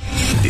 The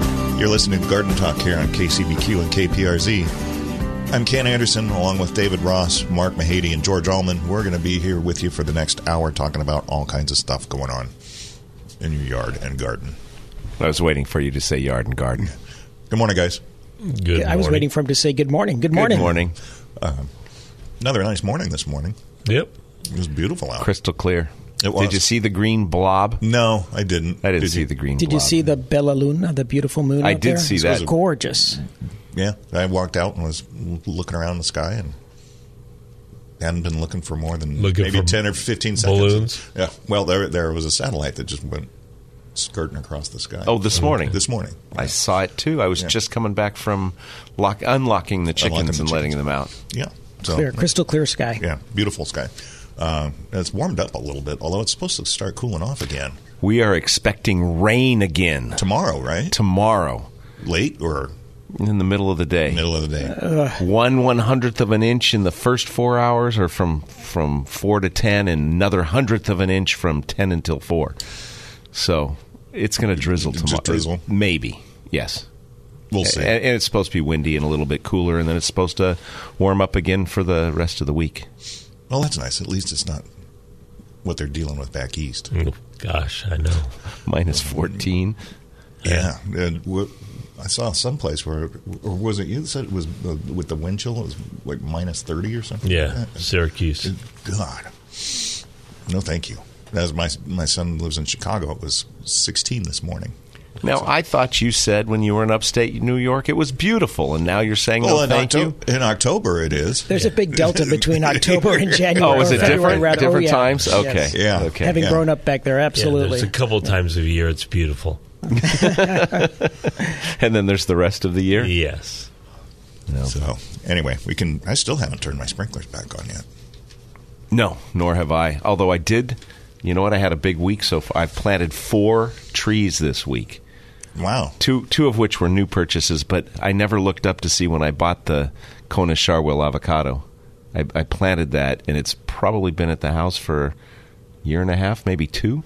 You're listening to Garden Talk here on KCBQ and KPRZ. I'm Ken Anderson, along with David Ross, Mark Mahady, and George Allman. We're going to be here with you for the next hour talking about all kinds of stuff going on in your yard and garden. I was waiting for you to say yard and garden. Good morning, guys. Good I was waiting for him to say good morning. Good morning. Good morning. Uh, Another nice morning this morning. Yep. It was beautiful out. Crystal clear. It was. Did you see the green blob? No, I didn't. I didn't Did see you? the green Did blob. you see the Bella Luna, the beautiful moon? I out did there? see It that. was gorgeous. Yeah, I walked out and was looking around the sky and hadn't been looking for more than Looking maybe for ten or fifteen seconds. balloons? Yeah. Well, there there was a satellite that just went skirting across the sky. Oh, this morning. This morning. I saw it too. I was Yeah. just coming back from lock, unlocking the chickens Unlocking the and letting chickens. them out. Yeah. So Clear, crystal clear sky. yeah, beautiful sky. Um, and it's warmed up a little bit, although it's supposed to start cooling off again We are expecting rain again tomorrow, right? tomorrow Late or in the middle of the day. middle of the day. One one hundredth of an inch in the first four hours, or from from four to ten, and another hundredth of an inch from ten until four. So it's going to drizzle Just tomorrow. drizzle. maybe. Yes. we'll see. And, and it's supposed to be windy and a little bit cooler, and then it's supposed to warm up again for the rest of the week. well, that's nice. At least it's not what they're dealing with back east. Oh, Gosh, I know. Minus 14. Yeah, and wh- I saw someplace where, or was it you that said it was uh, with the wind chill? It was like minus thirty or something. Yeah, like that? Syracuse. God, no, thank you. As my my son lives in Chicago, it was sixteen this morning. Now, I thought you said when you were in upstate New York it was beautiful, and now you're saying, no, in, thank you. Octo- in October it is. There's a big delta between October and January. Oh, is or it February, different, rather. Oh, different yeah. times? Yes. Okay. Yeah. Okay. Having Yeah. grown up back there, Yeah, absolutely. there's a couple times of year it's beautiful. and then there's the rest of the year. Yes. So anyway, we can. I still haven't turned my sprinklers back on yet. No, nor have I. Although I did, you know what? I had a big week, so far. I've planted four trees this week. Wow. Two, two of which were new purchases, but I never looked up to see when I bought the Kona Charwell avocado. I, I planted that, and it's probably been at the house for a year and a half, maybe two.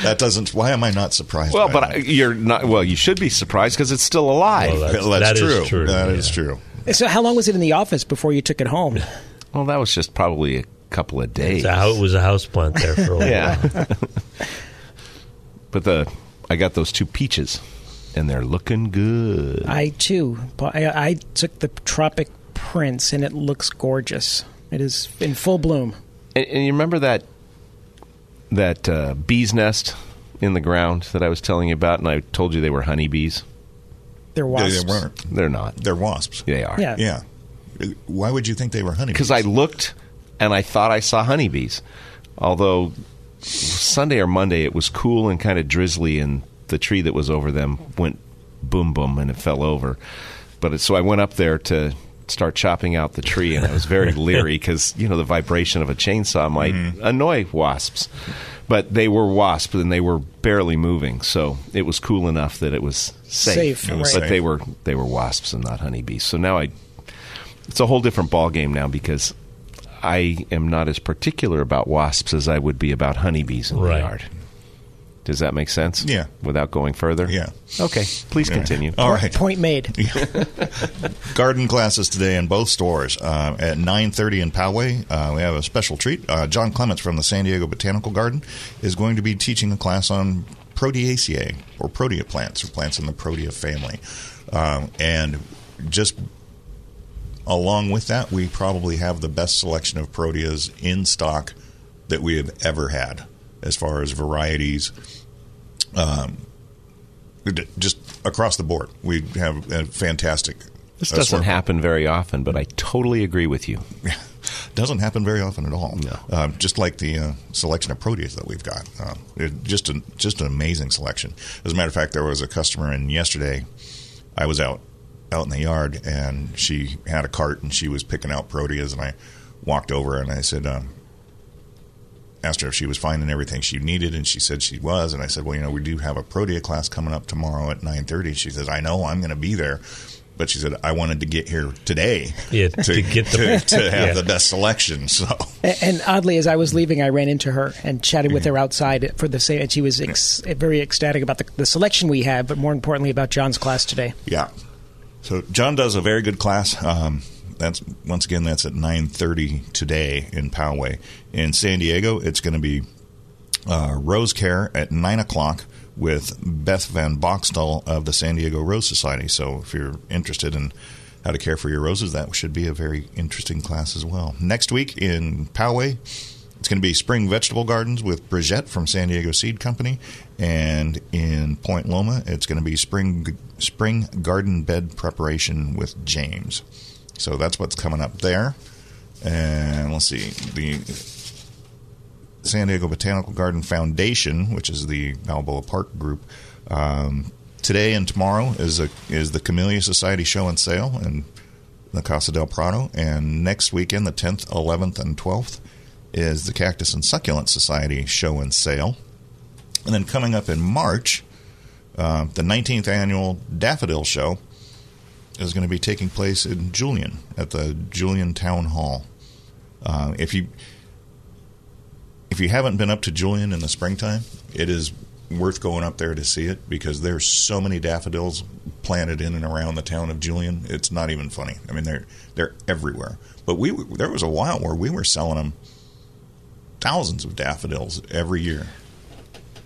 That doesn't. Why am I not surprised? Well, by but that? I, you're not. Well, you should be surprised because it's still alive. Well, Well, that- that, Well, that's that true. is That is true, yeah. true. so, how long was it in the office before you took it home? was just probably a couple of days. It's a, hou- it was a house plant there for a while. Yeah. but the I got those two peaches, and they're looking good. I too. bu- I, I took the Tropic Prince, and it looks gorgeous. It is in full bloom. And, and you remember that that uh, bee's nest in the ground that I was telling you about, and I told you they were honeybees. They're They, wasps. they weren't. They're not. They're wasps. They are. Yeah. Yeah. Uh, Why would you think they were honey? because I looked and I thought I saw honeybees. Although Sunday or Monday it was cool and kind of drizzly, and the tree that was over them went boom boom and it fell over. But it, so I went up there to start chopping out the tree, and I was very leery because you know the vibration of a chainsaw might Mm-hmm. annoy wasps. But they were wasps and they were barely moving, so it was cool enough that it was safe. Safe, It was right. But safe. they were they were wasps and not honeybees. So now I it's a whole different ball game now because I am not as particular about wasps as I would be about honeybees in Right. the yard. Does that make sense? Yeah. Without going further? Yeah. Okay. Please continue. All right. Point made. Garden classes today in both stores uh, at 9.30 in Poway. Uh, we have a special treat. Uh, John Clements from the San Diego Botanical Garden is going to be teaching a class on proteaceae or protea plants or plants in the protea family. Um, and just along with that, we probably have the best selection of proteas in stock that we have ever had as far as varieties, um, d- just across the board. We have a fantastic. uh, This assortment. doesn't happen very often, but I totally agree with you. doesn't happen very often at all. Um, just like the uh, selection of proteas that we've got, um, it, just an just an amazing selection. As a matter of fact, there was a customer in yesterday. I was out out in the yard, and she had a cart, and she was picking out proteas, and I walked over and I said. Um, Asked her if she was finding everything she needed, and she said she was. And I said, "Well, you know, we do have a protea class coming up tomorrow at 9.30. She says, "I know, I'm going to be there," but she said, "I wanted to get here today Yeah, to get the- to, to have Yeah. the best selection." So A- And oddly, as I was leaving, I ran into her and chatted with Mm-hmm. her outside for the same. And she was ex- very ecstatic about the, the selection we have, but more importantly about John's class today. Yeah. So John does a very good class. Um, that's once again that's at nine thirty today in Poway. In San Diego, it's going to be uh, Rose Care at nine o'clock with Beth Van Boxtel of the San Diego Rose Society. So if you're interested in how to care for your roses, that should be a very interesting class as well. Next week in Poway, it's going to be Spring Vegetable Gardens with Brigitte from San Diego Seed Company, and in Point Loma, it's going to be Spring Spring Garden Bed Preparation with James. So that's what's coming up there. And let's see the San Diego Botanical Garden Foundation, which is the Balboa Park group. Um, today and tomorrow is a is the Camellia Society show and sale in the Casa del Prado, and next weekend, the tenth, eleventh, and twelfth, is the Cactus and Succulent Society show and sale. And then coming up in March, uh, the nineteenth annual Daffodil Show is going to be taking place in Julian at the Julian Town Hall. Uh, if you if you haven't been up to Julian in the springtime, it is worth going up there to see it because there's so many daffodils planted in and around the town of Julian. It's not even funny. I mean, they're they're everywhere. But we there was a while where we were selling them thousands of daffodils every year.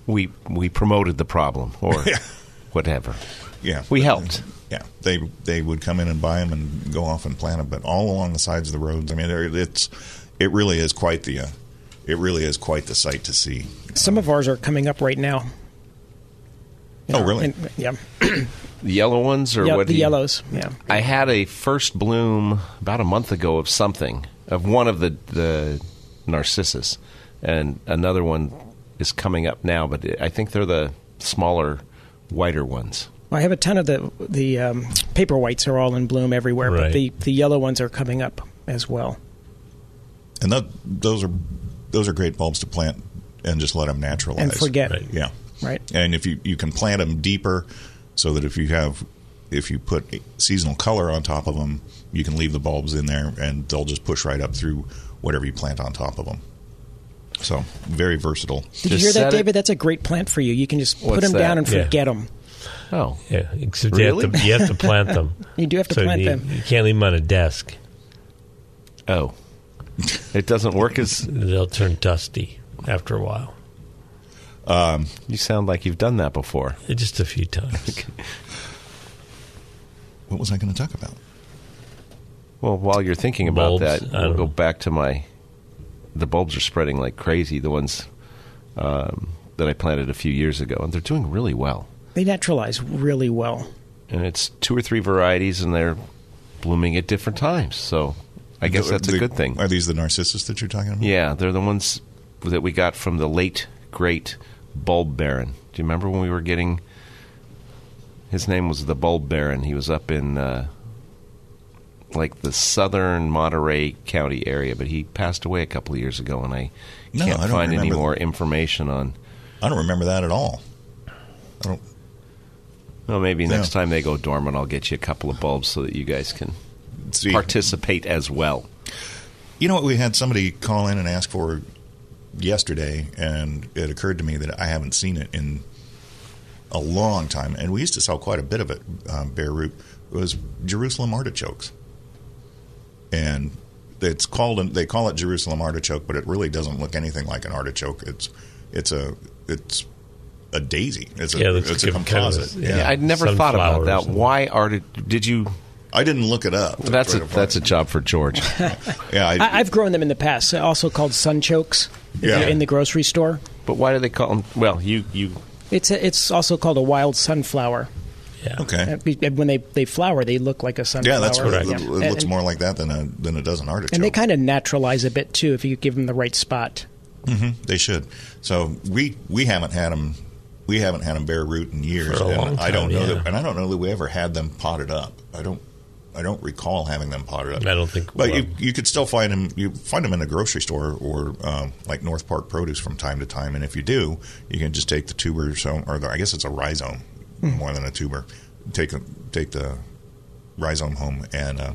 We we promoted the problem or whatever. Yeah, We helped. Yeah, they they would come in and buy them and go off and plant them, but all along the sides of the roads. I mean, there- it's it really is quite the uh, it really is quite the sight to see. Some of ours are coming up right now. Oh, really? And- yeah. The yellow ones or Yeah, what? the do you- yellows. Yeah. I had a first bloom about a month ago of something of one of the the narcissus, and another one is coming up now. But I think they're the smaller, whiter ones. Well, I have a ton of the the um, paper whites are all in bloom everywhere, but Right. the, the yellow ones are coming up as well. and that, those are those are great bulbs to plant and just let them naturalize And forget. Right. Yeah, Right. And if you you can plant them deeper, so that if you have if you put seasonal color on top of them, you can leave the bulbs in there and they'll just push right up through whatever you plant on top of them. So very versatile. Did you Just hear that, set it- David? That's a great plant for you. You can just put What's them down that? and Yeah. forget them. Oh, Yeah, except you, have Really? to, you have to plant them. You do have to So plant you, them. You can't leave them on a desk; oh, it doesn't work as they'll turn dusty after a while. Um, you sound like you've done that before. Just a few times. What was I going to talk about? Well, while you're thinking about Bulbs? that, I we'll don't go know. back to my. The bulbs are spreading like crazy. The ones um, that I planted a few years ago, and they're doing really well. They naturalize really well. and it's two or three varieties, and they're blooming at different times. So I guess that's a The- good thing. Are these the narcissus that you're talking about? Yeah, they're the ones that we got from the late great Bulb Baron. Do you remember when we were getting? His name was the Bulb Baron. He was up in uh, like the southern Monterey County area, but he passed away a couple of years ago, and I No, can't I don't find any remember. more information on. I don't remember that at all. I don't. Well, maybe No. next time they go dormant, I'll get you a couple of bulbs so that you guys can See, participate as well. You know what? We had somebody call in and ask for yesterday, and it occurred to me that I haven't seen it in a long time. And we used to sell quite a bit of it, um, Beirut, was Jerusalem artichokes. And it's called they call it Jerusalem artichoke, but it really doesn't look anything like an artichoke. It's it's a it's a daisy. It's a, Yeah, that's it's a kind of a- composite. yeah. yeah. I'd never thought about Sunflower or that. something. Why are did you? I didn't look it up. That's a, right up that's a front. job for George. yeah. I, I, I've grown them in the past, also called sunchokes. If Yeah. you're in the grocery store, but why do they call them? Well, you you it's a, it's also called a wild sunflower. Yeah. okay. Uh, be- When they, they flower, they look like a sunflower. Yeah, that's what it, Yeah. it looks and, more like that than a than it does an artichoke. And they kind of naturalize a bit too if you give them the right spot. Mm-hmm. They should. So we we haven't had them. We haven't had them bare root in years. For a and long I don't time, know yeah. that, and I don't know that we ever had them potted up. I don't. I don't recall having them potted up. I don't think- But you, well- you could still find them. You find them in a grocery store or um, like North Park Produce from time to time. And if you do, you can just take the tuber so or the, I guess it's a rhizome Hmm. more than a tuber. Take a- take the rhizome home and uh,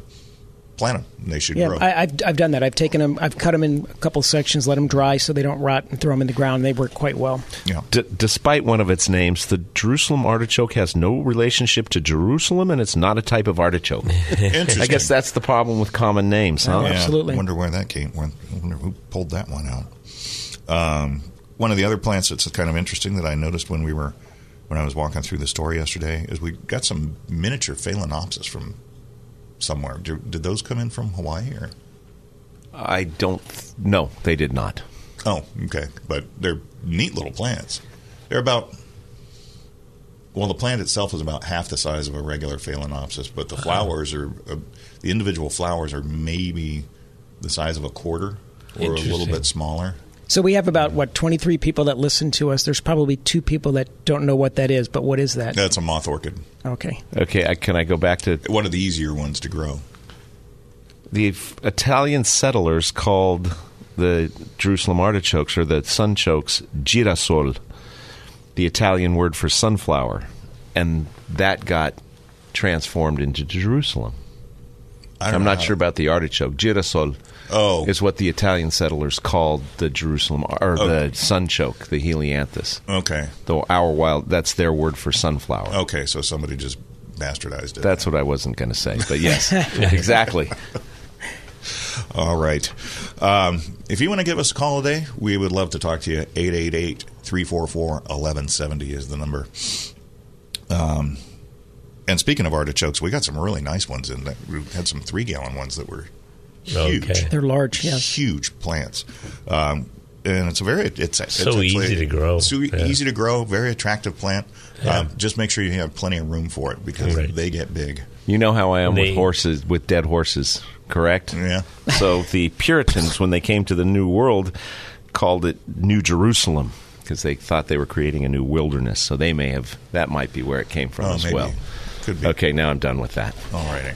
plant them. And they should Yeah, grow. I, I've, I've done that. I've taken them, I've cut them in a couple sections, let them dry so they don't rot, and throw them in the ground. They work quite well. yeah. d- despite one of its names, the Jerusalem artichoke has no relationship to Jerusalem, and it's not a type of artichoke. Interesting. I guess that's the problem with common names, huh? Yeah, Absolutely. Wonder where that came. When, wonder who pulled that one out. Um, one of the other plants that's kind of interesting that I noticed when we were when I was walking through the store yesterday is we got some miniature phalaenopsis from somewhere. Did, did those come in from Hawaii or? I don't. th- No, they did not. Oh, okay. But they're neat little plants. They're about well, the plant itself is about half the size of a regular phalaenopsis, but Uh-huh. the flowers are uh, the individual flowers are maybe the size of a quarter or a little Interesting. bit smaller. So we have about, what, 23 people that listen to us. There's probably two people that don't know what that is, but what is that? That's a moth orchid. Okay. Okay, I, can I go back to One of the easier ones to grow. the f- Italian settlers called the Jerusalem artichokes or the sunchokes girasol, the Italian word for sunflower, and that got transformed into Jerusalem. I don't I'm know not how- sure about the artichoke. Girasol Oh. is what the Italian settlers called the Jerusalem or the sunchoke, the helianthus. Okay, Though our wild, that's their word for sunflower. okay. So somebody just bastardized it. That's what I wasn't going to say, but yes, exactly. All right. Um, if you want to give us a call today, we would love to talk to you. 888 344 1170 is the number. Um, and speaking of artichokes, we got some really nice ones in that. We had some three gallon ones that were huge. Okay. They're large, yes. Huge plants. Um, and it's a very it's it's So actually- easy to grow. So e-, Yeah. easy to grow, very attractive plant. Um, just make sure you have plenty of room for it because Right. they get big. You know how I am They- with horses, with dead horses, correct? Yeah. So the Puritans, when they came to the New World, called it New Jerusalem because they thought they were creating a new wilderness. So they may have that might be where it came from Oh, as maybe. well. Could be. Okay, now I'm done with that. All righty.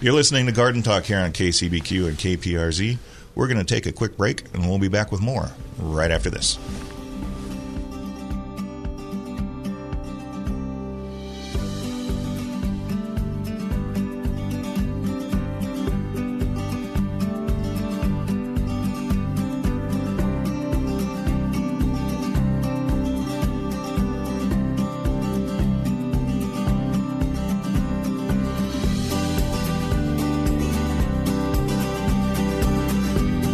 You're listening to Garden Talk here on KCBQ and KPRZ. We're going to take a quick break and we'll be back with more right after this.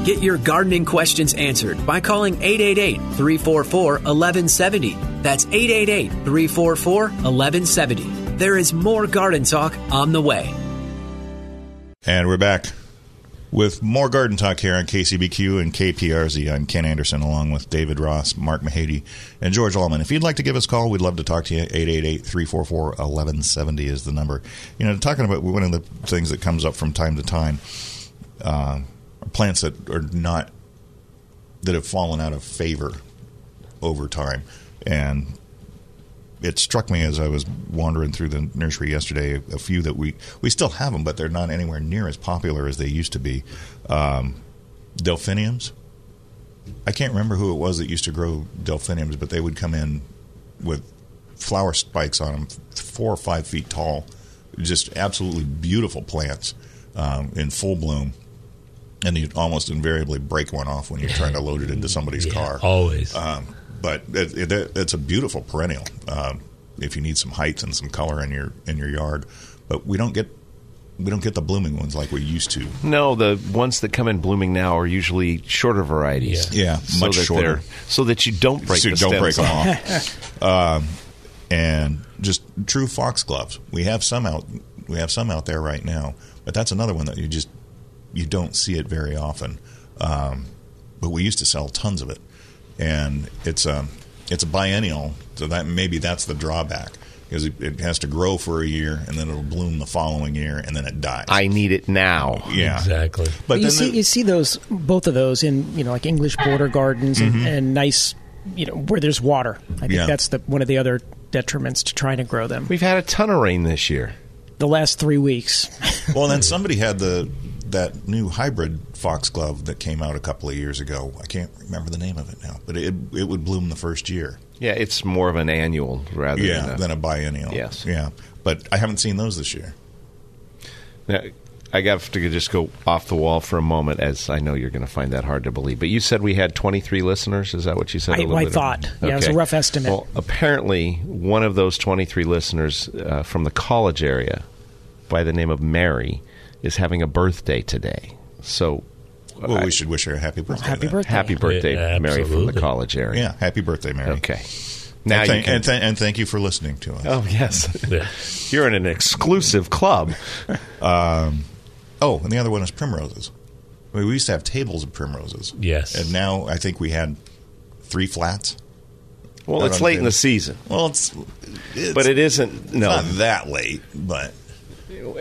Get your gardening questions answered by calling 888 344 1170. That's 888 344 1170. There is more garden talk on the way. And we're back with more Garden Talk here on KCBQ and KPRZ. I'm Ken Anderson along with David Ross, Mark Mahady, and George Allman. If you'd like to give us a call, we'd love to talk to you. 888-344-1170 is the number. You know, talking about one of the things that comes up from time to time uh, are plants that are not that have fallen out of favor over time. And it struck me as I was wandering through the nursery yesterday. A few that we we still have them, but they're not anywhere near as popular as they used to be. Um, delphiniums. I can't remember who it was that used to grow delphiniums, but they would come in with flower spikes on them, four or five feet tall, just absolutely beautiful plants um, in full bloom and you almost invariably break one off when you're trying to load it into somebody's car. Always. Um, but it, it, it's a beautiful perennial um, if you need some height and some color in your in your yard. But we don't get we don't get the blooming ones like we used to. No, the ones that come in blooming now are usually shorter varieties. Yeah. Yeah, much that shorter. they're- So that you don't break So the don't stems break them off. off. um, and just true foxgloves. We have some out. We have some out there right now, but that's another one that you just you don't see it very often. Um, but we used to sell tons of it, and it's um, it's a biennial, so that maybe that's the drawback because it, it has to grow for a year and then it'll bloom the following year and then it dies. I need it now. yeah, Exactly. But you then see, the- you see those both of those in you know like English border gardens and, Mm-hmm. and nice you know where there's water. I think Yeah. that's the one of the other detriments to trying to grow them. We've had a ton of rain this year. The last three weeks, Well, and then somebody had the that new hybrid foxglove that came out a couple of years ago. I can't remember the name of it now, but it it would bloom the first year. Yeah, it's more of an annual rather Yeah, than a, than a biennial. Yes. Yeah, but I haven't seen those this year. Now, I have to just go off the wall for a moment, as I know you're going to find that hard to believe. But you said we had 23 listeners. Is that what you said? I- a little I bit thought. Yeah, it was a rough estimate. Well, apparently, one of those 23 listeners uh, from the college area, by the name of Mary, is having a birthday today. So, Well, I- we should wish her a happy birthday. happy then. birthday! happy birthday, Yeah, Mary, from the absolutely. college area. Yeah, happy birthday, Mary. Okay. Now and, you thank- can. and, th- and thank you for listening to us. oh yes, Yeah. you're in an exclusive club. Oh, and the other one is primroses. I mean, we used to have tables of primroses. Yes. And now I think we had three flats. Well, Not it's on late in the tables. season, Well, it's, it's but it isn't. No, not that late, but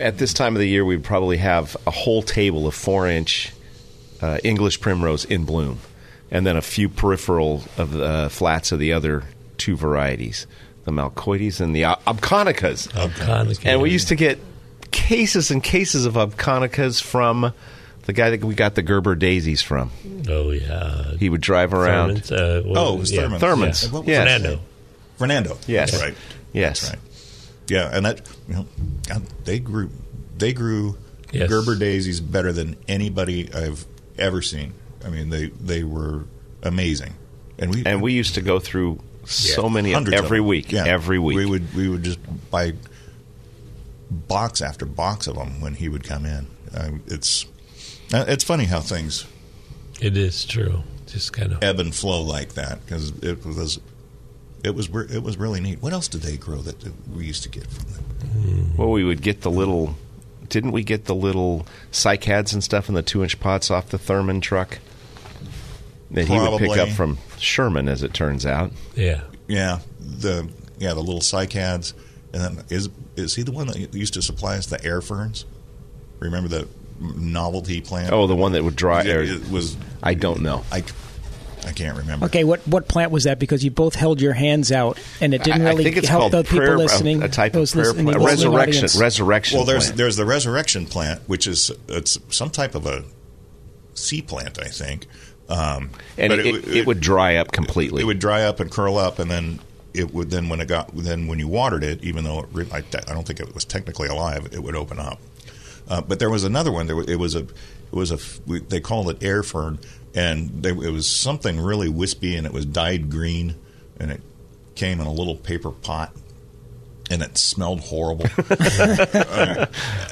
at this time of the year, we'd probably have a whole table of four inch uh, English primrose in bloom, and then a few peripheral of the uh, flats of the other two varieties, the malcoides and the uh, obconicas. Obconicas. And we used to get cases and cases of obconicas from the guy that we got the Gerber daisies from. Oh, yeah. He would drive around. Thurman's, uh, what- Oh, it was yeah. Thurman's. Thurman's. Yeah. What was Yes. his Fernando. Fernando. Yes. That's right. Yes. That's right. Yeah, and that you know, God, they grew they grew Yes. Gerber daisies better than anybody I've ever seen. I mean, they they were amazing, and we And we used to go through so Yeah. many of hundreds of every them. week. Yeah. Every week. we would we would just buy box after box of them when he would come in. Um, it's uh, it's funny how things It is true. Just kind of. ebb and flow like that because it was it was re- it was really neat. What else did they grow that we used to get from them? Well, we would get the little. Didn't we get the little psychads and stuff in the two inch pots off the Thurman truck? That he would pick Probably. up from Sherman, as it turns out. Yeah. Yeah, the yeah the little cycads, and then is is he the one that used to supply us the air ferns? Remember the novelty plant? Oh, the one that would dry. it, Or, it was I don't know. I I can't remember. Okay, what what plant was that? Because you both held your hands out, and it didn't I- really I think it's help called the prayer, people listening. A, a type of those prayer listening, plant. the listening Resurrection. audience. Resurrection. Well, there's plant. there's the resurrection plant, which is it's some type of a sea plant, I think. Um, and but it, it, would dry up completely. it would dry up and curl up, and then it would then when it got then when you watered it, even though it, re- I, I don't think it was technically alive, it would open up. Uh, but there was another one. There wa- it was a it was a f- we- they called it air fern, and they, it was something really wispy, and it was dyed green, and it came in a little paper pot, and it smelled horrible. Oh,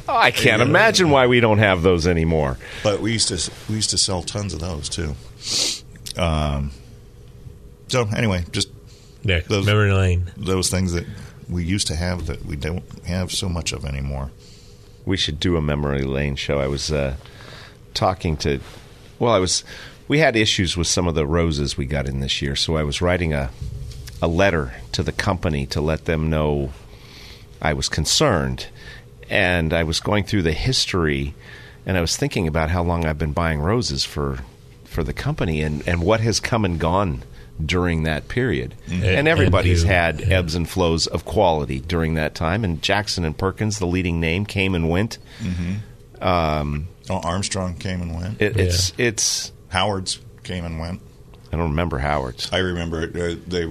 I can't imagine why we don't have those anymore. But we used to we used to sell tons of those too. Um, so anyway, just Yeah. Those- Memory lane. those things that we used to have that we don't have so much of anymore. we should do a memory lane show. I was uh, talking to, well, I was, we had issues with some of the roses we got in this year, so I was writing a, a letter to the company to let them know I was concerned, and I was going through the history, and I was thinking about how long I've been buying roses for, for the company, and and what has come and gone during that period, and everybody's and you- had ebbs and flows of quality during that time. And Jackson and Perkins, the leading name, came and went. Mm-hmm. Um, Oh, Armstrong came and went. It, It's it's Howard's came and went. I don't remember Howard's. I remember it, uh, they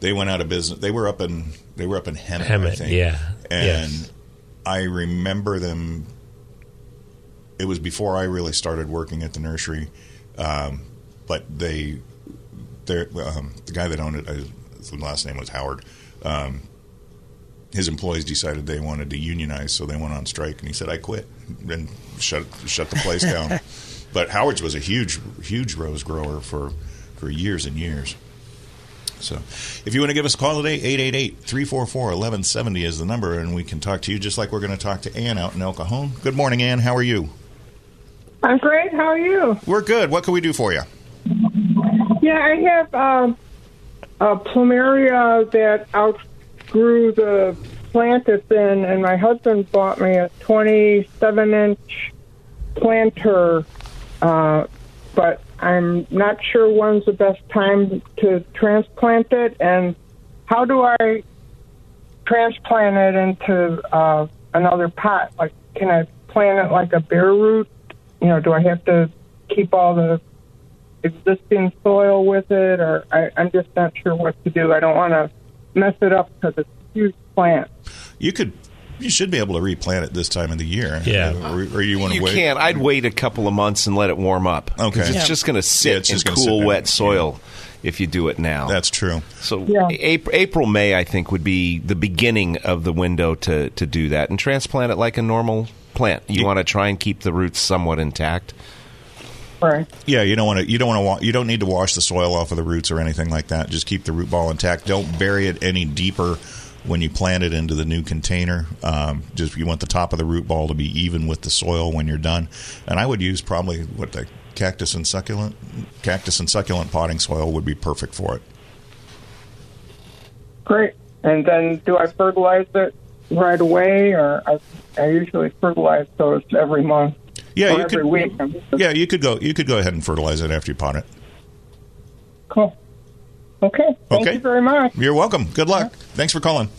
they went out of business. They were up in they were up in Hemet, I Hemet, think. yeah. and Yes. I remember them It was before I really started working at the nursery, um, but they, they're, um, the guy that owned it, I, his last name was Howard. Um, his employees decided they wanted to unionize, so they went on strike, and he said, "I quit," and shut shut the place down. but Howard's was a huge huge rose grower for for years and years. So, if you want to give us a call today, 888-344-1170 is the number, and we can talk to you just like we're going to talk to Ann out in El Cajon. Good morning, Ann. How are you? I'm great. How are you? We're good. What can we do for you? Yeah, I have um, a plumeria that outgrew the plant it's in, and my husband bought me a 27 inch planter, uh, but I'm not sure when's the best time to transplant it, and how do I transplant it into uh, another pot? Like, can I plant it like a bare root? You know, do I have to keep all the existing soil with it, or I, I'm just not sure what to do. I don't want to mess it up because it's a huge plant. You could, you should be able to replant it this time of the year. Yeah. or, or you want to You wait? can't. I'd wait a couple of months and let it warm up. 'Cause Okay. It's Yeah. just going to sit Yeah, it's in just gonna sit cool, down. wet soil if you do it now. That's true. so Yeah. April, April, May, I think, would be the beginning of the window to, to do that and transplant it like a normal plant. You want to try and keep the roots somewhat intact. Right. Yeah, you don't want to. You don't want to. Wa- you don't need to wash the soil off of the roots or anything like that. Just keep the root ball intact. Don't bury it any deeper when you plant it into the new container. Um, just you want the top of the root ball to be even with the soil when you're done. And I would use probably what the cactus and succulent cactus and succulent potting soil would be perfect for it. Great. And then do I fertilize it right away, or I, I usually fertilize those every month? Yeah, or you every could. week. I'm just- Yeah, you could go. You could go ahead and fertilize it after you pot it. Cool. Okay. Thank Okay. you very much. You're welcome. Good luck. Thanks for calling.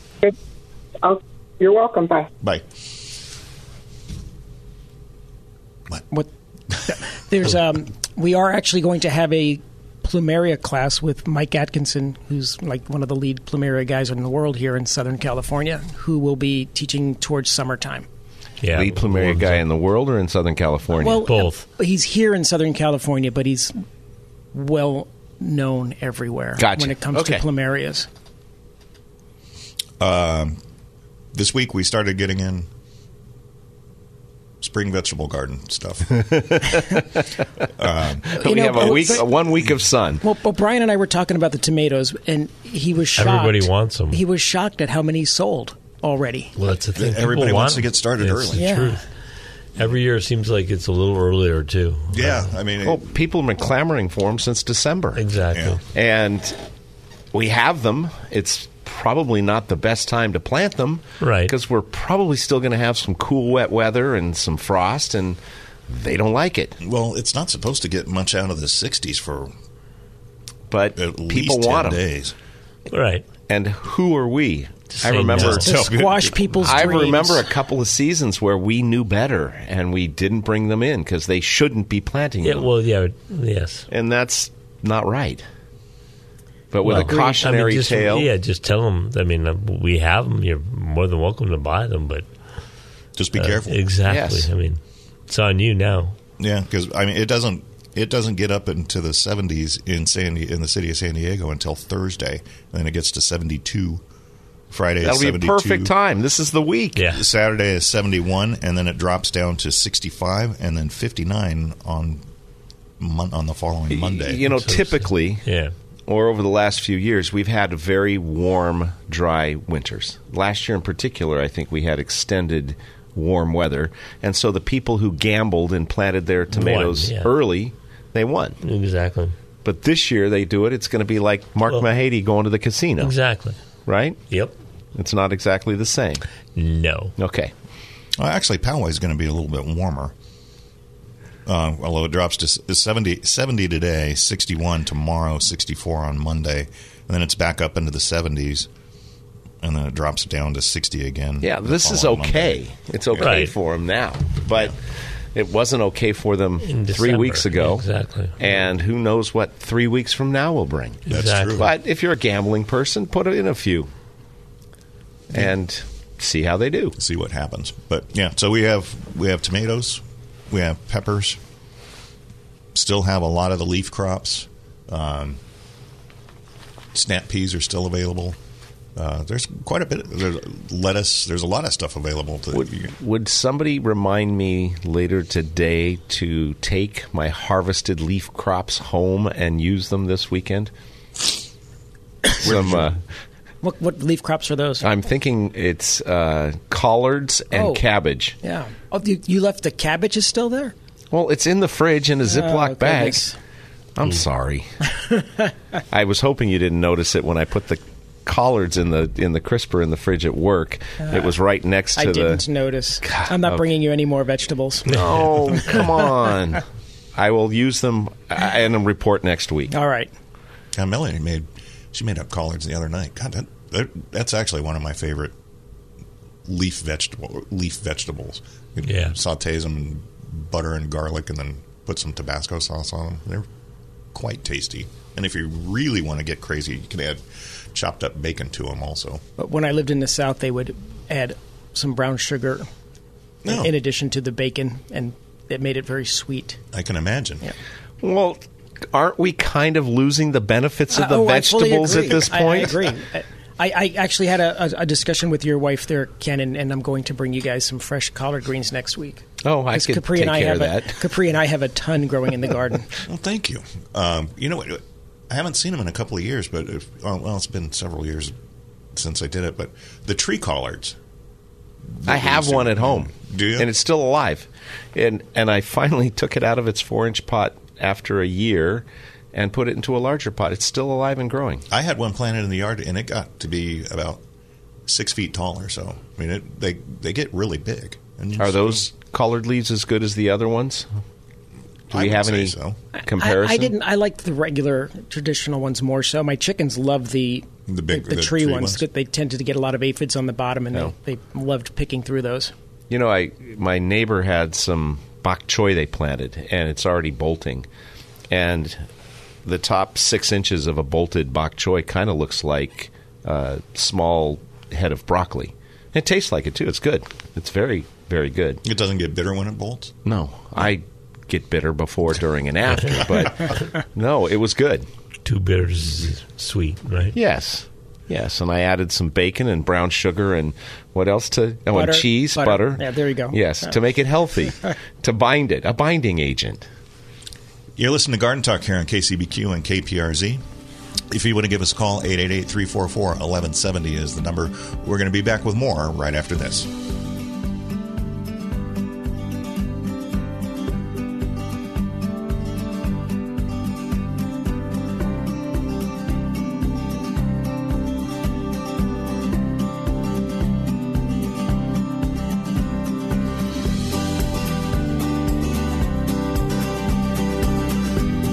I'll, you're welcome. Bye. Bye. What? There's um, we are actually going to have a plumeria class with Mike Atkinson, who's like one of the lead plumeria guys in the world here in Southern California, who will be teaching towards summertime. Yeah. Lead plumeria guy in the world or in Southern California? Well, uh, Both. He's here in Southern California, but he's well known everywhere Gotcha. when it comes Okay. to plumerias. Um, this week we started getting in spring vegetable garden stuff. we know, have a but- week, but- one week of sun. Well, but Brian and I were talking about the tomatoes, and he was shocked. Everybody wants 'em. He was shocked at how many sold already. Well, that's the thing. People Everybody want wants to them. get started It's early. the Yeah. truth. Every year it seems like it's a little earlier too. Um, yeah, I mean, Well, Oh, people have been clamoring for them since December. Exactly. Yeah. and we have them. It's probably not the best time to plant them, Right. Because we're probably still going to have some cool, wet weather and some frost, and they don't like it. well, it's not supposed to get much out of the 60s for But at people least 10 want them, days. Right. and who are we? I say remember. no. To So- squash people's I dreams. remember a couple of seasons where we knew better and we didn't bring them in because they shouldn't be planting Yeah. them, Well. Yeah. Yes. and that's not right. But with Well, a cautionary I mean, just, tale, Yeah. Just tell them. I mean, uh, we have them. You're more than welcome to buy them, but Just be uh, careful. Exactly. Yes. I mean, it's on you now. yeah, because I mean, it doesn't it doesn't get up into the 70s in San Di- in the city of San Diego until Thursday. Then it gets to 72. Friday is that'll be a 72. perfect time. This is the week. Yeah. Saturday is 71, and then it drops down to 65, and then 59 on mon- on the following Monday. You know, typically, Yeah. or over the last few years, we've had very warm, dry winters. Last year in particular, I think we had extended warm weather. And so the people who gambled and planted their tomatoes yeah. early, they won. Exactly. But this year they do it, it's going to be like Mark Well- Mahady going to the casino, Exactly. right? Yep. It's not exactly the same. No. Okay. Well, actually, Poway is going to be a little bit warmer. Uh, although it drops to s- 70, 70 today, 61 tomorrow, 64 on Monday. And then it's back up into the 70s. And then it drops down to 60 again. Yeah, the this is following okay. Monday. It's okay Right. for them now, but it wasn't okay for them In three December. weeks ago. Exactly. And who knows what three weeks from now will bring. exactly. But if you're a gambling person, put in a few and see how they do. See what happens. But yeah, so we have we have tomatoes, we have peppers. Still have a lot of the leaf crops. Um, snap peas are still available. Uh, there's quite a bit. There's lettuce. There's a lot of stuff available. To, Would, would somebody remind me later today to take my harvested leaf crops home and use them this weekend? Some, uh, What, what leaf crops are those? I'm thinking it's uh, collards and Oh. cabbage. yeah. Oh, you, you left the cabbage is still there. Well, it's in the fridge in a Ziploc Oh, okay, bag. thanks. I'm sorry. I was hoping you didn't notice it when I put the collards in the in the crisper in the fridge at work. it was right next to Uh, I the. didn't notice. I'm not okay. bringing you any more vegetables. Oh, come on. I will use them uh, and then report next week. All right. Yeah, Melanie made she made up collards the other night. God, that, that that's actually one of my favorite leaf vegetable leaf vegetables. You Yeah. sautés them in butter and garlic, and then put some Tabasco sauce on them. They're quite tasty. And if you really want to get crazy, you can add chopped up bacon to them also. But when I lived in the South, they would add some brown sugar No, in addition to the bacon, and it made it very sweet. I can imagine. Well, aren't we kind of losing the benefits of the oh, I fully vegetables at agree. this I- I, point? agree. I, I actually had a, a, a discussion with your wife there, Ken, and, and I'm going to bring you guys some fresh collard greens next week. Oh, I 'Cause could Capri take and I care have of A, that. Capri and I have a ton growing in the garden. Well, thank you. Um, you know, what? I haven't seen them in a couple of years, but if, oh, well, it's been several years since I did it. But the tree collards. I have one at home. Do you? And it's still alive. And and I finally took it out of its four inch pot after a year and put it into a larger pot. It's still alive and growing. I had one planted in the yard, and it got to be about six feet tall or so. I mean, it, they they get really big. And Are those collared leaves as good as the other ones? Do I we would have say any so. comparison? I, I didn't. I liked the regular traditional ones more. So my chickens love the The big- the, the tree, tree ones. ones. That they tended to get a lot of aphids on the bottom, and Oh. they, they loved picking through those. You know, I my neighbor had some bok choy they planted, and it's already bolting, and the top six inches of a bolted bok choy kind of looks like a small head of broccoli. It tastes like it too. It's good. It's very very good. It doesn't get bitter when it bolts. No, I get bitter before, during, and after, but no, it was good. Two bitters sweet, right? Yes. Yes, and I added some bacon and brown sugar and what else to oh Butter, and cheese, butter. butter. Yeah, there you go. Yes, to make it healthy, to bind it, a binding agent. You're listening to Garden Talk here on KCBQ and KPRZ. If you want to give us a call, 888 344 1170 is the number. We're going to be back with more right after this.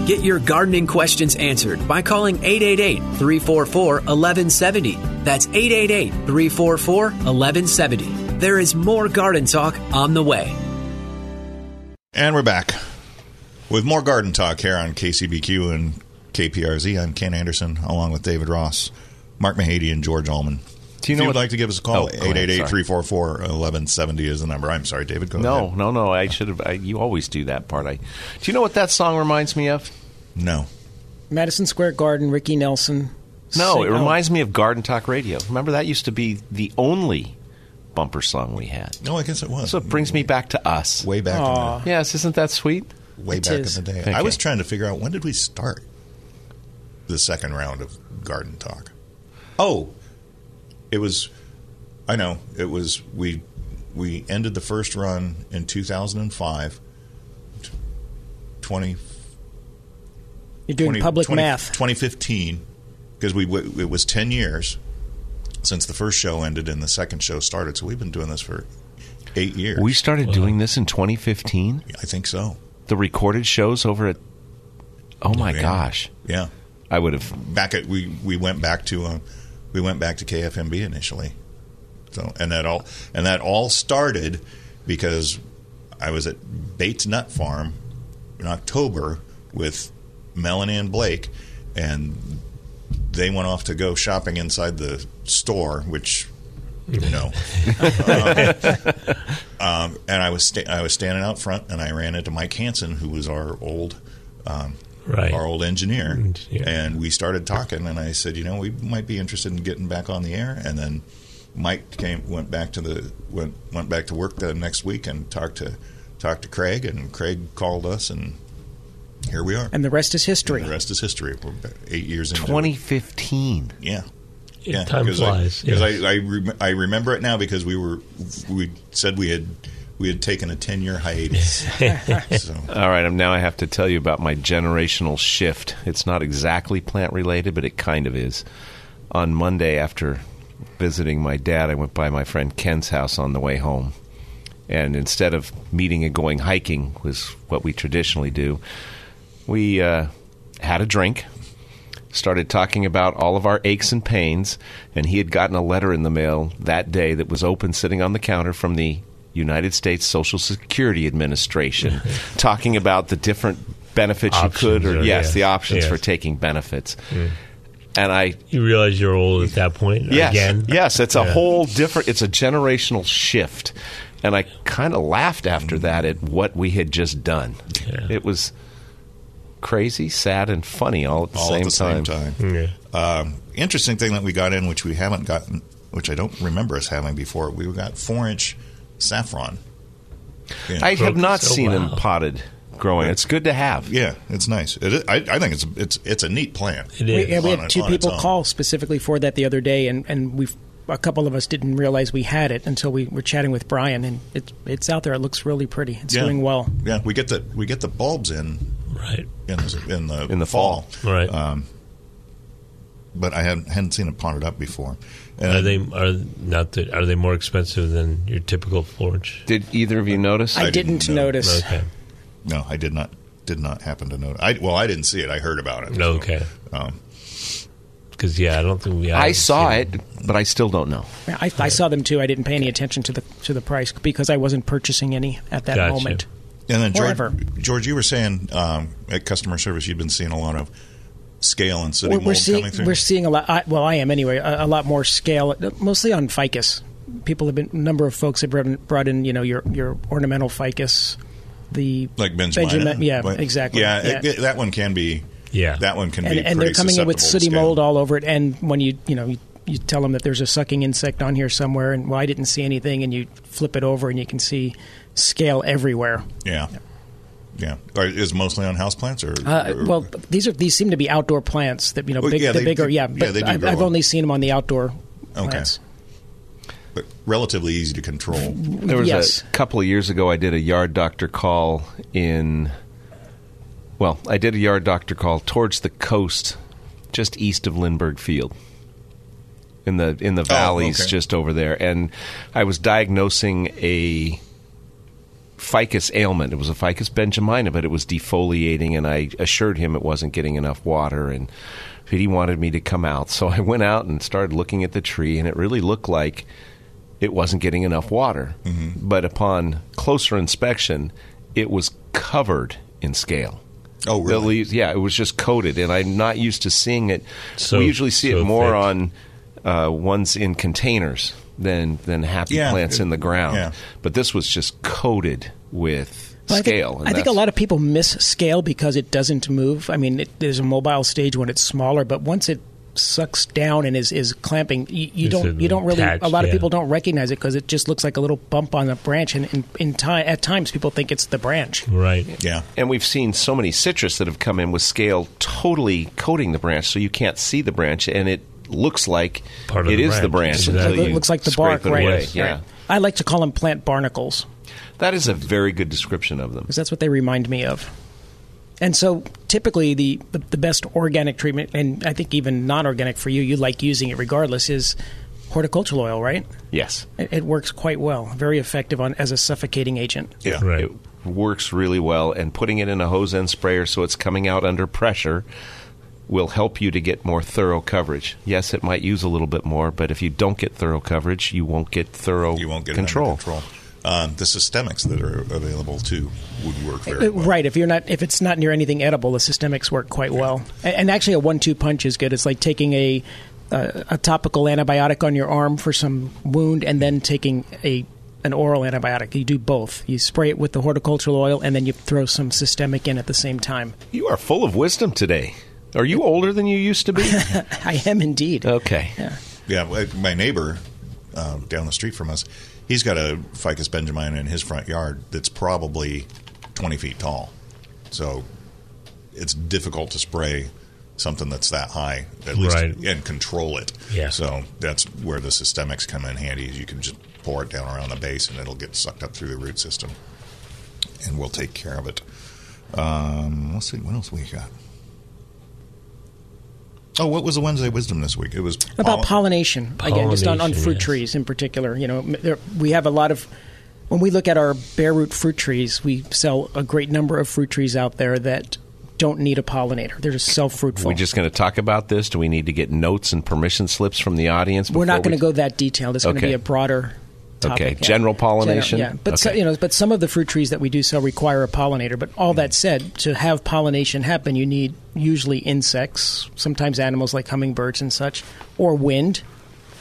Get your gardening questions answered by calling 888 344 1170. That's 888 344 1170. There is more garden talk on the way. And we're back with more garden talk here on KCBQ and KPRZ. I'm Ken Anderson along with David Ross, Mark Mahady, and George Allman. Do you if know you'd what- like to give us a call, Oh, go ahead, 888 sorry. 344 1170 is the number. I'm sorry, David. Go No, ahead. no, no. I should have. I, you always do that part. I. Do you know what that song reminds me of? No. Madison Square Garden, Ricky Nelson. No, Sing- it oh. reminds me of Garden Talk Radio. Remember that used to be the only bumper song we had. No, I guess it was. So it brings me back to us. way back, in Yes, isn't that sweet? the, way It back is. in the day. Okay. I was trying to figure out when did we start the second round of garden talk. Oh, it was. I know it was. We we ended the first run in 2005. 20 You're doing 20 public 20 math. 2015 because we w- it was 10 years since the first show ended and the second show started so we've been doing this for 8 years We started doing this in 2015. I think so The recorded shows over at. Oh my Yeah. gosh! yeah I would have back at we we went back to um we went back to KFMB initially so and that all and that all started because I was at Bates Nut Farm in October with Melanie and Blake and they went off to go shopping inside the store which no. Uh, um, and I was sta- I was standing out front, and I ran into Mike Hansen, who was our old um, Right. our old engineer, Engineer. and we started talking. And I said, you know, we might be interested in getting back on the air. And then Mike came went back to the went went back to work the next week and talked to talked to Craig, and Craig called us, and here we are. And the rest is history. the rest is history. We're about eight years into it. 2015. Yeah. Yeah, time because flies, I, because yes. I I, rem- I remember it now because we were we said we had we had taken a ten year hiatus. so All right, I'm, now I have to tell you about my generational shift. It's not exactly plant related, but it kind of is. On Monday, after visiting my dad, I went by my friend Ken's house on the way home. And instead of meeting and going hiking, was what we traditionally do, we uh, had a drink, started talking about all of our aches and pains, and he had gotten a letter in the mail that day that was open sitting on the counter from the United States Social Security Administration talking about the different benefits Options, you could or or- yes, yes, the options yes. for taking benefits. And I Mm. You realize you're old at that point yes, again. Yes, it's a Yeah. whole different. It's a generational shift, and I kind of laughed after that at what we had just done. Mm. Yeah. It was crazy, sad, and funny all at the, all same, at the time. same time. Yeah. Um, interesting thing that we got in, which we haven't gotten, which I don't remember us having before. We got four inch saffron. Yeah. I have not Oh, So, seen wow. them potted growing. It's good to have. yeah, it's nice. It is, I, I think it's it's it's a neat plant. It We, is. yeah, we On had it- two on its people own. call specifically for that the other day, and, and we've a couple of us didn't realize we had it until we were chatting with Brian, and it, it's out there. It looks really pretty. It's Yeah. doing well. Yeah, we get the we get the bulbs in Right. in the in the, In the fall. Right. Um, but I hadn't, hadn't seen it potted up before. And Are they are not that are they more expensive than your typical four inch? Did either of you notice? I, I didn't didn't, know. notice. Okay. No, I did not. Did not happen to know. I well, I didn't see it. I heard about it. No, okay. Um, Because yeah, I don't think we. I haven't saw seen it, but I still don't know. I, I saw them too. I didn't pay any attention to the to the price because I wasn't purchasing any at that Gotcha. moment. and then George, However- George, you were saying um, at customer service, you've been seeing a lot of scale and city We're, mold we're seeing coming through. we're seeing a lot. I, well, I am anyway. A, a lot more scale, uh, mostly on ficus. People have been. A number of folks have brought in, brought in you know your your ornamental ficus. The like Ben's Benjamin, Minor. yeah, But- exactly. Yeah, it- it- that one can be. Yeah. that one can and, be. and they're pretty coming in with susceptible to sooty scale. mold all over it. And when you you know you, you tell them that there's a sucking insect on here somewhere, and well, I didn't see anything, and you flip it over and you can see scale everywhere. Yeah, yeah. Or is it mostly on houseplants or, Uh, or- well, these are these seem to be outdoor plants that you know Well, big, yeah, the they- bigger they- yeah. yeah, But they do I've, grow I've on- only seen them on the outdoor Okay. plants. but relatively easy to control. There was Yes. a couple of years ago, I did a yard doctor call in. Well, I did a yard doctor call towards the coast, just east of Lindbergh Field, in the in the valleys Oh, okay. just over there, and I was diagnosing a ficus ailment. It was a ficus benjamina, but it was defoliating, and I assured him it wasn't getting enough water, and he wanted me to come out. So I went out and started looking at the tree, and it really looked like it wasn't getting enough water. Mm-hmm. But upon closer inspection, it was covered in scale. Oh, The really? leaves, yeah, it was just coated, and I'm not used to seeing it. So- we usually see so it more thick. on uh, ones in containers than than happy Yeah. plants in the ground. Yeah. But this was just coated with But I think- I scale. and think, a that's- lot of people miss scale because it doesn't move. I mean, it, there's a mobile stage when it's smaller, but once it sucks down and is, is clamping, you, you It's don't you don't really. attached, a lot of yeah. people don't recognize it because it just looks like a little bump on a branch, and in, in time, at times people think it's the branch. Right. Yeah, And we've seen so many citrus that have come in with scale totally coating the branch, so you can't see the branch, and it looks like Part of it the is the branch. branch. Exactly. until It you looks like the scrape bark, it right? away. Right. Yeah, I like to call them plant barnacles that is a very good description of them. because that's what they remind me of. And so, typically, the, the the best organic treatment, and I think even non-organic for you, you like using it regardless, is horticultural oil, right? Yes, It, it works quite well. Very effective on as a suffocating agent. yeah. Right. it works really well, and putting it in a hose end sprayer so it's coming out under pressure will help you to get more thorough coverage. Yes, it might use a little bit more, but if you don't get thorough coverage, you won't get thorough You won't get it under control. control. Um, the systemics that are available too would work very Uh, well. Right. If you're not, if it's not near anything edible, the systemics work quite well. And, and actually, a one-two punch is good. It's like taking a a, a topical antibiotic on your arm for some wound, and then taking a an oral antibiotic. You do both. You spray it with the horticultural oil, and then you throw some systemic in at the same time. You are full of wisdom today. Are you older than you used to be? I am indeed. Okay. Yeah. Yeah, like, my neighbor uh, down the street from us, he's got a ficus benjamin in his front yard that's probably 20 feet tall. So it's difficult to spray something that's that high, at least, Right. and control it. Yeah. So that's where the systemics come in handy. is You can just pour it down around the base, and it'll get sucked up through the root system, and we'll take care of it. Um, let's see what else we got. Oh, what was the Wednesday wisdom this week? It was about pollen- pollination, again, just on, on Pollination, fruit yes. trees in particular. You know, m- there, we have a lot of when we look at our bare root fruit trees, we sell a great number of fruit trees out there that don't need a pollinator. They're just self fruitful. We're just going to talk about this. Do we need to get notes and permission slips from the audience? We're not before going we- to go that detailed. It's going to Okay. be a broader. Topic, Okay, yeah. general pollination? General- yeah, but so, Okay. you know, but some of the fruit trees that we do sell require a pollinator. But all that said, to have pollination happen, you need usually insects, sometimes animals like hummingbirds and such, or wind.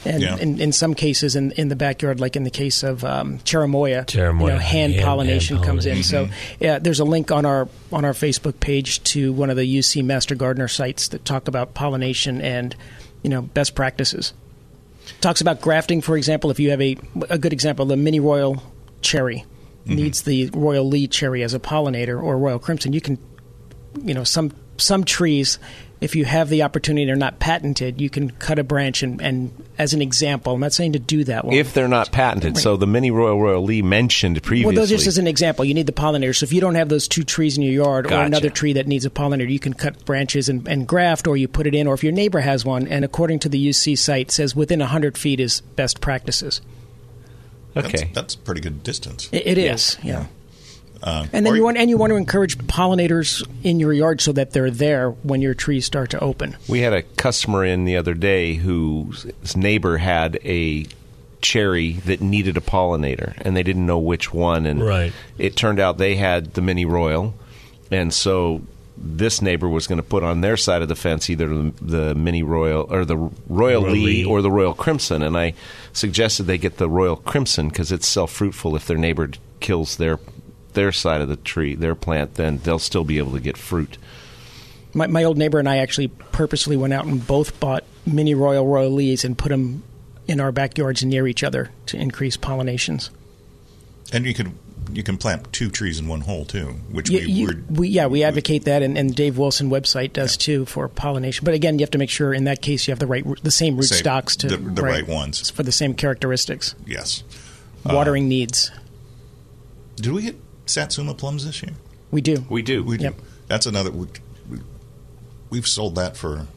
And Yeah. in, in some cases, in, in the backyard, like in the case of um, cherimoya, Cherimoya, you know, hand, hand- pollination hand comes in. So yeah, there's a link on our on our Facebook page to one of the UC Master Gardener sites that talk about pollination and you know best practices talks about grafting, for example. If you have a a good example, the mini royal cherry Mm-hmm. needs the royal lee cherry as a pollinator or royal crimson. You can, you know, some some trees, if you have the opportunity, they're not patented. You can cut a branch and, and as an example, I'm not saying to do that one. If they're not patented, so the mini Royal Royal Lee mentioned previously. well, though, just as an example, you need the pollinator. So if you don't have those two trees in your yard or Gotcha. another tree that needs a pollinator, you can cut branches and, and graft, or you put it in, or if your neighbor has one. And according to the UC site, says within 100 feet is best practices. That's, okay. that's a pretty good distance. Uh, It, it is, yeah. and or- then you want and you want to encourage pollinators in your yard so that they're there when your trees start to open. We had a customer in the other day whose neighbor had a cherry that needed a pollinator, and they didn't know which one. And Right. it turned out they had the mini royal, and so this neighbor was going to put on their side of the fence either the, the mini royal or the royal Royal lee Lee. or the royal crimson. And I suggested they get the royal crimson because it's self fruitful. If their neighbor d- kills their their side of the tree, their plant, then they'll still be able to get fruit. My, my old neighbor and I actually purposely went out and both bought mini royal royal leaves and put them in our backyards near each other to increase pollinations. And you could you can plant two trees in one hole too, which Yeah, we you- were we, yeah, we advocate that, and, and Dave Wilson website does too for pollination. But again, you have to make sure in that case you have the right, the same root Same- stocks to the- the right ones. for the same characteristics, Yes. watering needs. Did we get Satsuma plums this year? We do. We do. We did. Yep. That's another. We, we- we've sold that for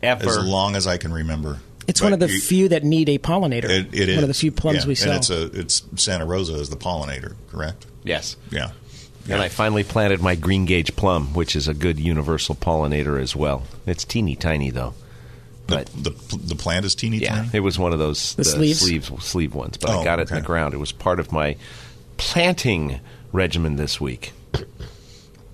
Ever. as long as I can remember. It's But one of the you- few that need a pollinator. It, it is one of the few plums Yeah. we sell. And it's a it's Santa Rosa is the pollinator, correct? Yes. Yeah. And I finally planted my green gauge plum, which is a good universal pollinator as well. It's teeny tiny though. The, But the, the plant is teeny yeah, tiny. it was one of those The sleeves? sleeve sleeve ones. But Oh, I got it in okay. the ground. It was part of my planting regimen this week.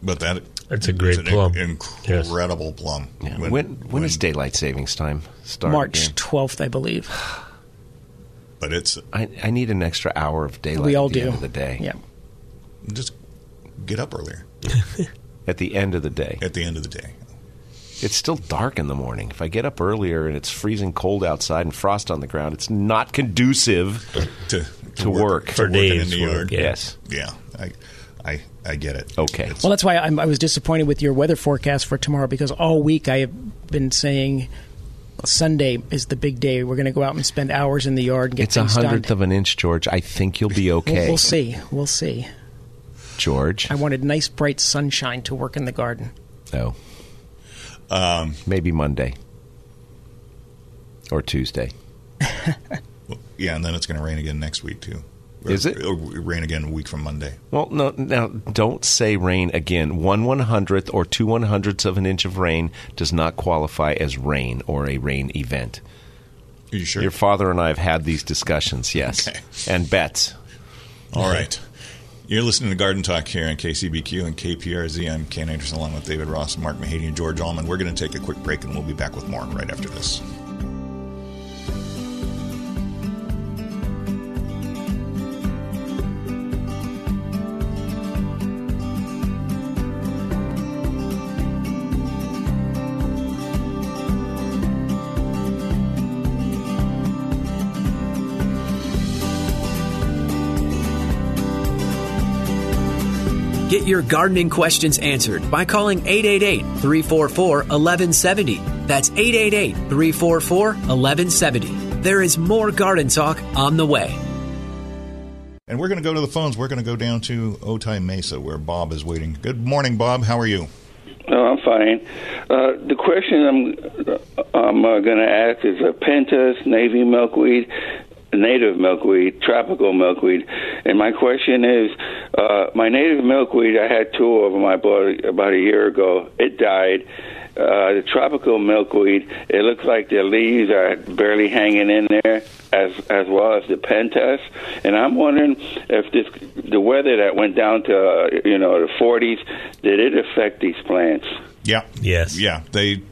But that That's a great an plum. Yes. incredible plum. Yeah. When, when is daylight savings time start? March again? twelfth, I believe. But it's I, I need an extra hour of daylight. we all at the do. End of the day. Yeah. just get up earlier At the end of the day, at the end of the day. it's still dark in the morning. If I get up earlier and it's freezing cold outside and frost on the ground, it's not conducive. to To work. to For working in days the work, yard. yeah. Yes. Yeah, I, I, I get it. Okay. It's- Well, that's why I'm, I was disappointed with your weather forecast for tomorrow because all week I have been saying Sunday is the big day. We're going to go out and spend hours in the yard and get It's a things hundredth done. of an inch, George. I think you'll be okay. We'll, we'll see. We'll see. George. I wanted nice, bright sunshine to work in the garden. No. um, Maybe Monday or Tuesday. yeah, and then it's going to rain again next week too. Or- Is it? Or rain again a week from Monday. Well, no, now don't say rain again. One one hundredth or two one hundredths of an inch of rain does not qualify as rain or a rain event. Are you sure? Your father and I have had these discussions, yes, Okay. and bets. All right. You're listening to Garden Talk here on KCBQ and KPRZ. I'm Ken Anderson along with David Ross, Mark Mahady, and George Allman. We're going to take a quick break and we'll be back with more right after this. Get your gardening questions answered by calling 888 344 1170. That's 888 344 1170. There is more garden talk on the way. And we're going to go to the phones. We're going to go down to Otay Mesa where Bob is waiting. Good morning, Bob. How are you? No, I'm fine. Uh, the question I'm I'm uh, going to ask is uh, pentas, navy milkweed, native milkweed, tropical milkweed, and my question is, uh, my native milkweed. I had two of them. I bought about a year ago. It died. Uh, the tropical milkweed. It looks like the leaves are barely hanging in there, as as well as the pentas. And I'm wondering if this the weather that went down to uh, you know the 40s did it affect these plants? Yeah. Yes. Yeah. They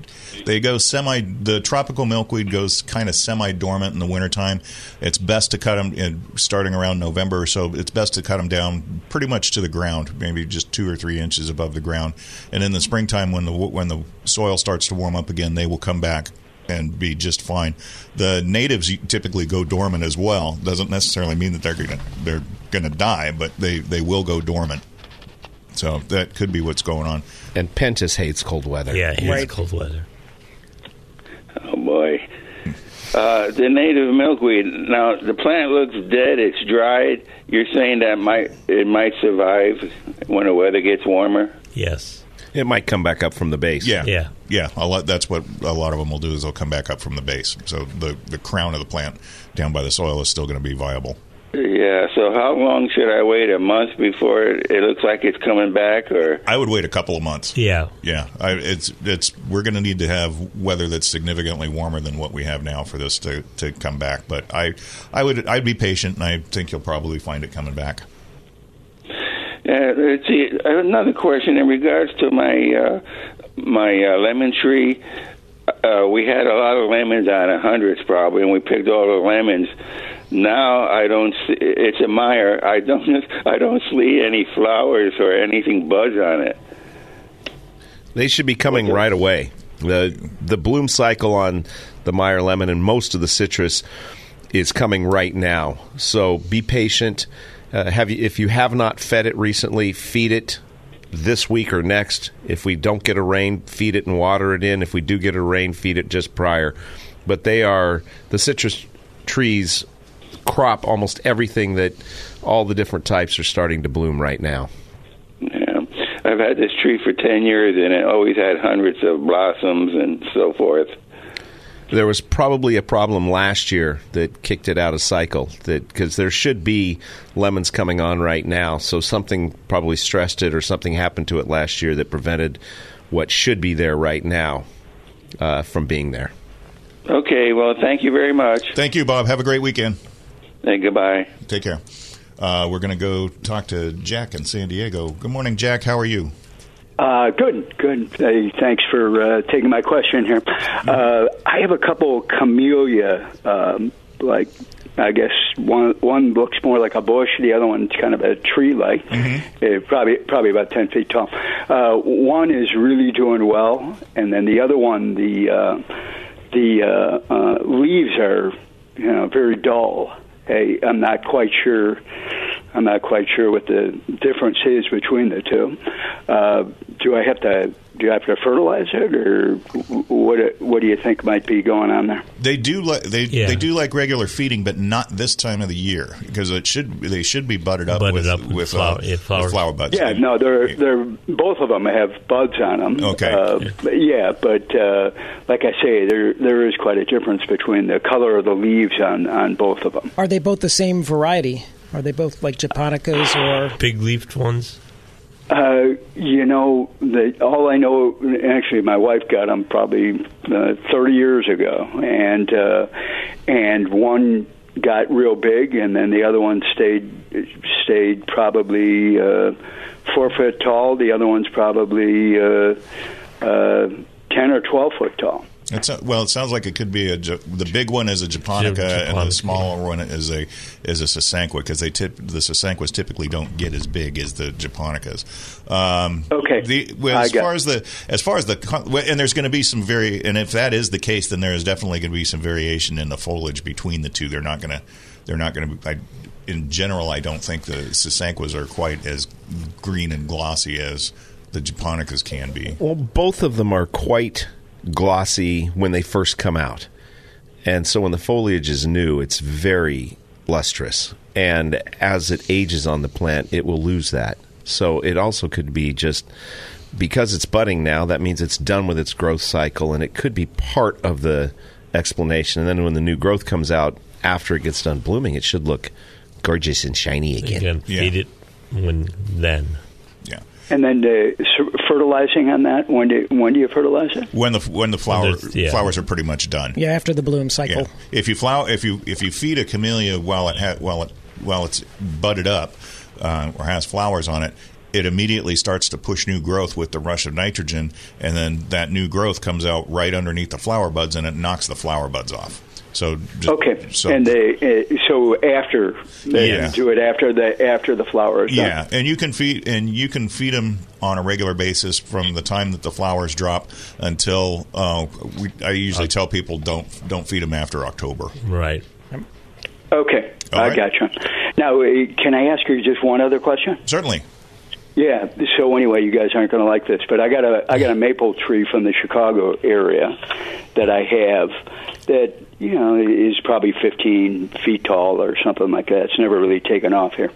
they go semi. The tropical milkweed goes kind of semi dormant in the wintertime. It's best to cut them in, starting around November or so. It's best to cut them down pretty much to the ground, maybe just two or three inches above the ground. And in the springtime, when the when the soil starts to warm up again, they will come back and be just fine. The natives typically go dormant as well. Doesn't necessarily mean that they're gonna they're gonna die, but they they will go dormant. So that could be what's going on. And Pentas hates cold weather. Yeah, it's Right. cold weather. Oh boy. Uh, the native milkweed. Now the plant looks dead. It's dried. You're saying that might it might survive when the weather gets warmer. Yes. It might come back up from the base. Yeah, Yeah. yeah. A lot. That's what a lot of them will do is they'll come back up from the base. So the the crown of the plant down by the soil is still going to be viable. Yeah. So how long should I wait? A month before it, it looks like it's coming back, or I would wait a couple of months. Yeah. Yeah, I, it's it's we're going to need to have weather that's significantly warmer than what we have now for this to, to come back. But I I would I'd be patient, and I think you'll probably find it coming back. Yeah, Uh, let's see, another question in regards to my uh, my uh, lemon tree. Uh, we had a lot of lemons on a hundreds probably, and we picked all the lemons. Now I don't see. It's a mire. I don't. I don't see any flowers or anything buzz on it. They should be coming right away. The the bloom cycle on the Meyer lemon and most of the citrus is coming right now. So be patient. Uh, have you if you have not fed it recently, feed it this week or next. If we don't get a rain, feed it and water it in. If we do get a rain, feed it just prior. But they are the citrus trees crop almost everything that all the different types are starting to bloom right now. Yeah. I've had this tree for ten years, and it always had hundreds of blossoms and so forth. there was probably a problem last year that kicked it out of cycle that because there should be lemons coming on right now so something probably stressed it or something happened to it last year that prevented what should be there right now uh, from being there Okay. Well, thank you very much, Thank you, Bob. Have a great weekend. and goodbye. Take care. Uh, we're going to go talk to Jack in San Diego. Good morning, Jack. How are you? Uh, good, good. Hey, thanks for uh, taking my question here. Uh, I have a couple camellia, um, like I guess one one looks more like a bush, the other one's kind of a tree-like, Eh, probably probably about ten feet tall. Uh, one is really doing well, and then the other one, the uh, the uh, uh, leaves are you know very dull. Hey, I'm not quite sure. I'm not quite sure what the difference is between the two. Uh, do I have to do I have to fertilize it, or what? What do you think might be going on there? They do like they Yeah. they do like regular feeding, but not this time of the year because it should they should be budded up Budded with up with with, flower- uh, yeah, flowers. with flower buds. Yeah, no, they're they're both of them have buds on them. Okay. Uh, but yeah, but uh, like I say, there there is quite a difference between the color of the leaves on on both of them. Are they both the same variety? Are they both like japonicas or Big leafed ones. Uh, you know, the, all I know, actually, my wife got them probably uh, 30 years ago, and uh, and one got real big, and then the other one stayed stayed probably uh, four foot tall. The other one's probably uh, uh, 10 or 12 foot tall. It's a, well, it sounds like it could be a Ja- the big one is a japonica, and the Japonica. smaller one is a is a sasanqua because they tip the sasanquas typically don't get as big as the japonicas. Um, okay. The, well, I as got- far as the as far as the con- well, and there's going to be some very and if that is the case, then there is definitely going to be some variation in the foliage between the two. They're not going to they're not going to. I, in general, I don't think the sasanquas are quite as green and glossy as the japonicas can be. Well, both of them are quite glossy when they first come out. And so when the foliage is new, it's very lustrous. And as it ages on the plant, it will lose that. So it also could be just because it's budding now, that means it's done with its growth cycle and it could be part of the explanation. And then when the new growth comes out after it gets done blooming, it should look gorgeous and shiny again. Again, feed it when then. And then uh, s- fertilizing on that. When do when do you fertilize it? when the when the flower there's- yeah. flowers are pretty much done. Yeah, after the bloom cycle. If you flower, if you if you feed a camellia while it ha- while it while it's budded up uh, or has flowers on it, it immediately starts to push new growth with the rush of nitrogen, and then that new growth comes out right underneath the flower buds, and it knocks the flower buds off. So just, Okay, so, and they uh, so after they Yeah. do it after the after the flower is Yeah, done. and you can feed and you can feed them on a regular basis from the time that the flowers drop until uh, we, I usually tell people don't don't feed them after October. Right. Okay, All I right. gotcha. Now, uh, can I ask you just one other question? Certainly. Yeah. So anyway, you guys aren't going to like this, but I got a I got a maple tree from the Chicago area that I have that you know is probably 15 feet tall or something like that. It's never really taken off here,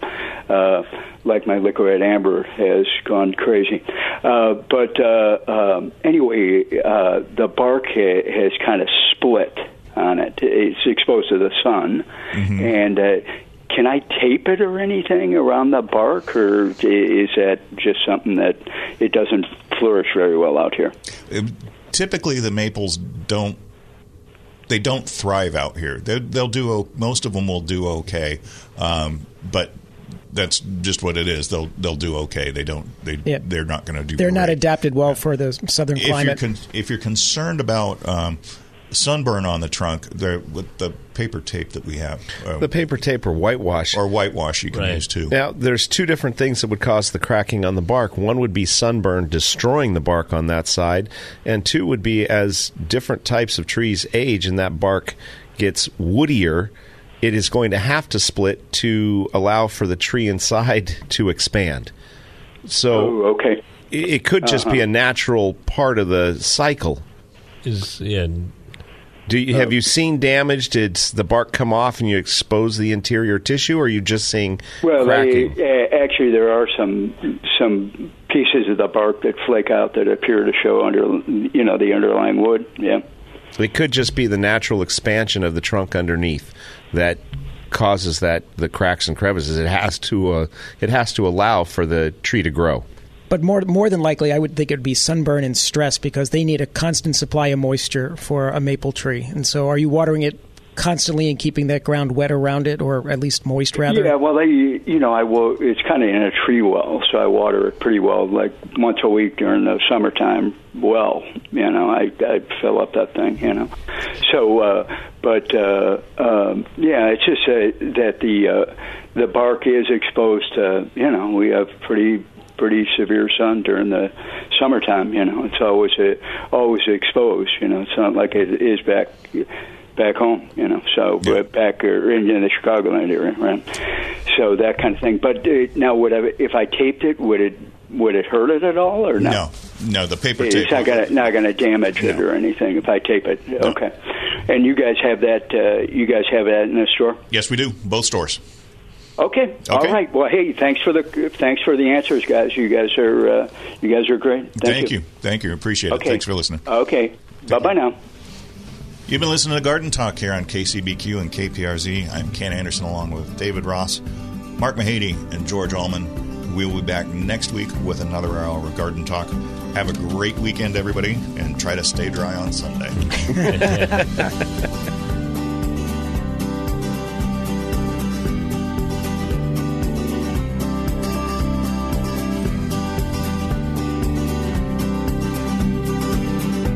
uh, like my liquid amber has gone crazy. Uh, but uh, um, anyway, uh, the bark ha- has kind of split on it. It's exposed to the sun, Mm-hmm. and uh, can I tape it or anything around the bark, or i- is that just something that it doesn't flourish very well out here? typically the maples don't they don't thrive out here. They, they'll do o- most of them will do okay, um, but that's just what it is. They'll they'll do okay. They don't they Yeah. they're not going to do. They're not great. adapted well for the southern if you're climate. con- if you're concerned about um, sunburn on the trunk, there with the paper tape that we have, uh, The paper tape or whitewash. Or whitewash you can use too. Now, there's two different things that would cause the cracking on the bark. One would be sunburn destroying the bark on that side, and two would be as different types of trees age and that bark gets woodier, it is going to have to split to allow for the tree inside to expand. So, okay. It, it could just be Uh-huh. a natural part of the cycle. Is yeah. Do you, have you seen damage? Did the bark come off and you expose the interior tissue, or are you just seeing Well, cracking? they, uh, actually, there are some some pieces of the bark that flake out that appear to show under you know the underlying wood. Yeah. It could just be the natural expansion of the trunk underneath that causes that the cracks and crevices. It has to uh, it has to allow for the tree to grow. But more more than likely, I would think it would be sunburn and stress because they need a constant supply of moisture for a maple tree. And so, are you watering it constantly and keeping that ground wet around it, or at least moist rather? Yeah, well, they, you know, I will. It's kind of in a tree well, so I water it pretty well, like once a week during the summertime. Well, you know, I, I fill up that thing, you know. So, uh, but uh, um, yeah, it's just uh, that the uh, the bark is exposed to. You know, we have pretty pretty severe sun during the summertime. You know, it's always uh always exposed. You know, it's not like it is back back home. You know, so but back or in, in the Chicagoland area, right? So that kind of thing. But uh, now, would I, if I taped it, would it would it hurt it at all or no? No, no, the paper It's tape. not gonna not gonna damage it or anything if I tape it. Okay. And you guys have that uh, you guys have that in the store? Yes, we do. Both stores. Okay. All right. Well, hey, thanks for the thanks for the answers, guys. You guys are uh, you guys are great. Thank, Thank you. Thank you. Appreciate it. Okay. Thanks for listening. Okay. Bye bye now. You've been listening to Garden Talk here on KCBQ and KPRZ. I'm Ken Anderson along with David Ross, Mark Mahady, and George Allman. We'll be back next week with another hour of Garden Talk. Have a great weekend, everybody, and try to stay dry on Sunday.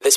This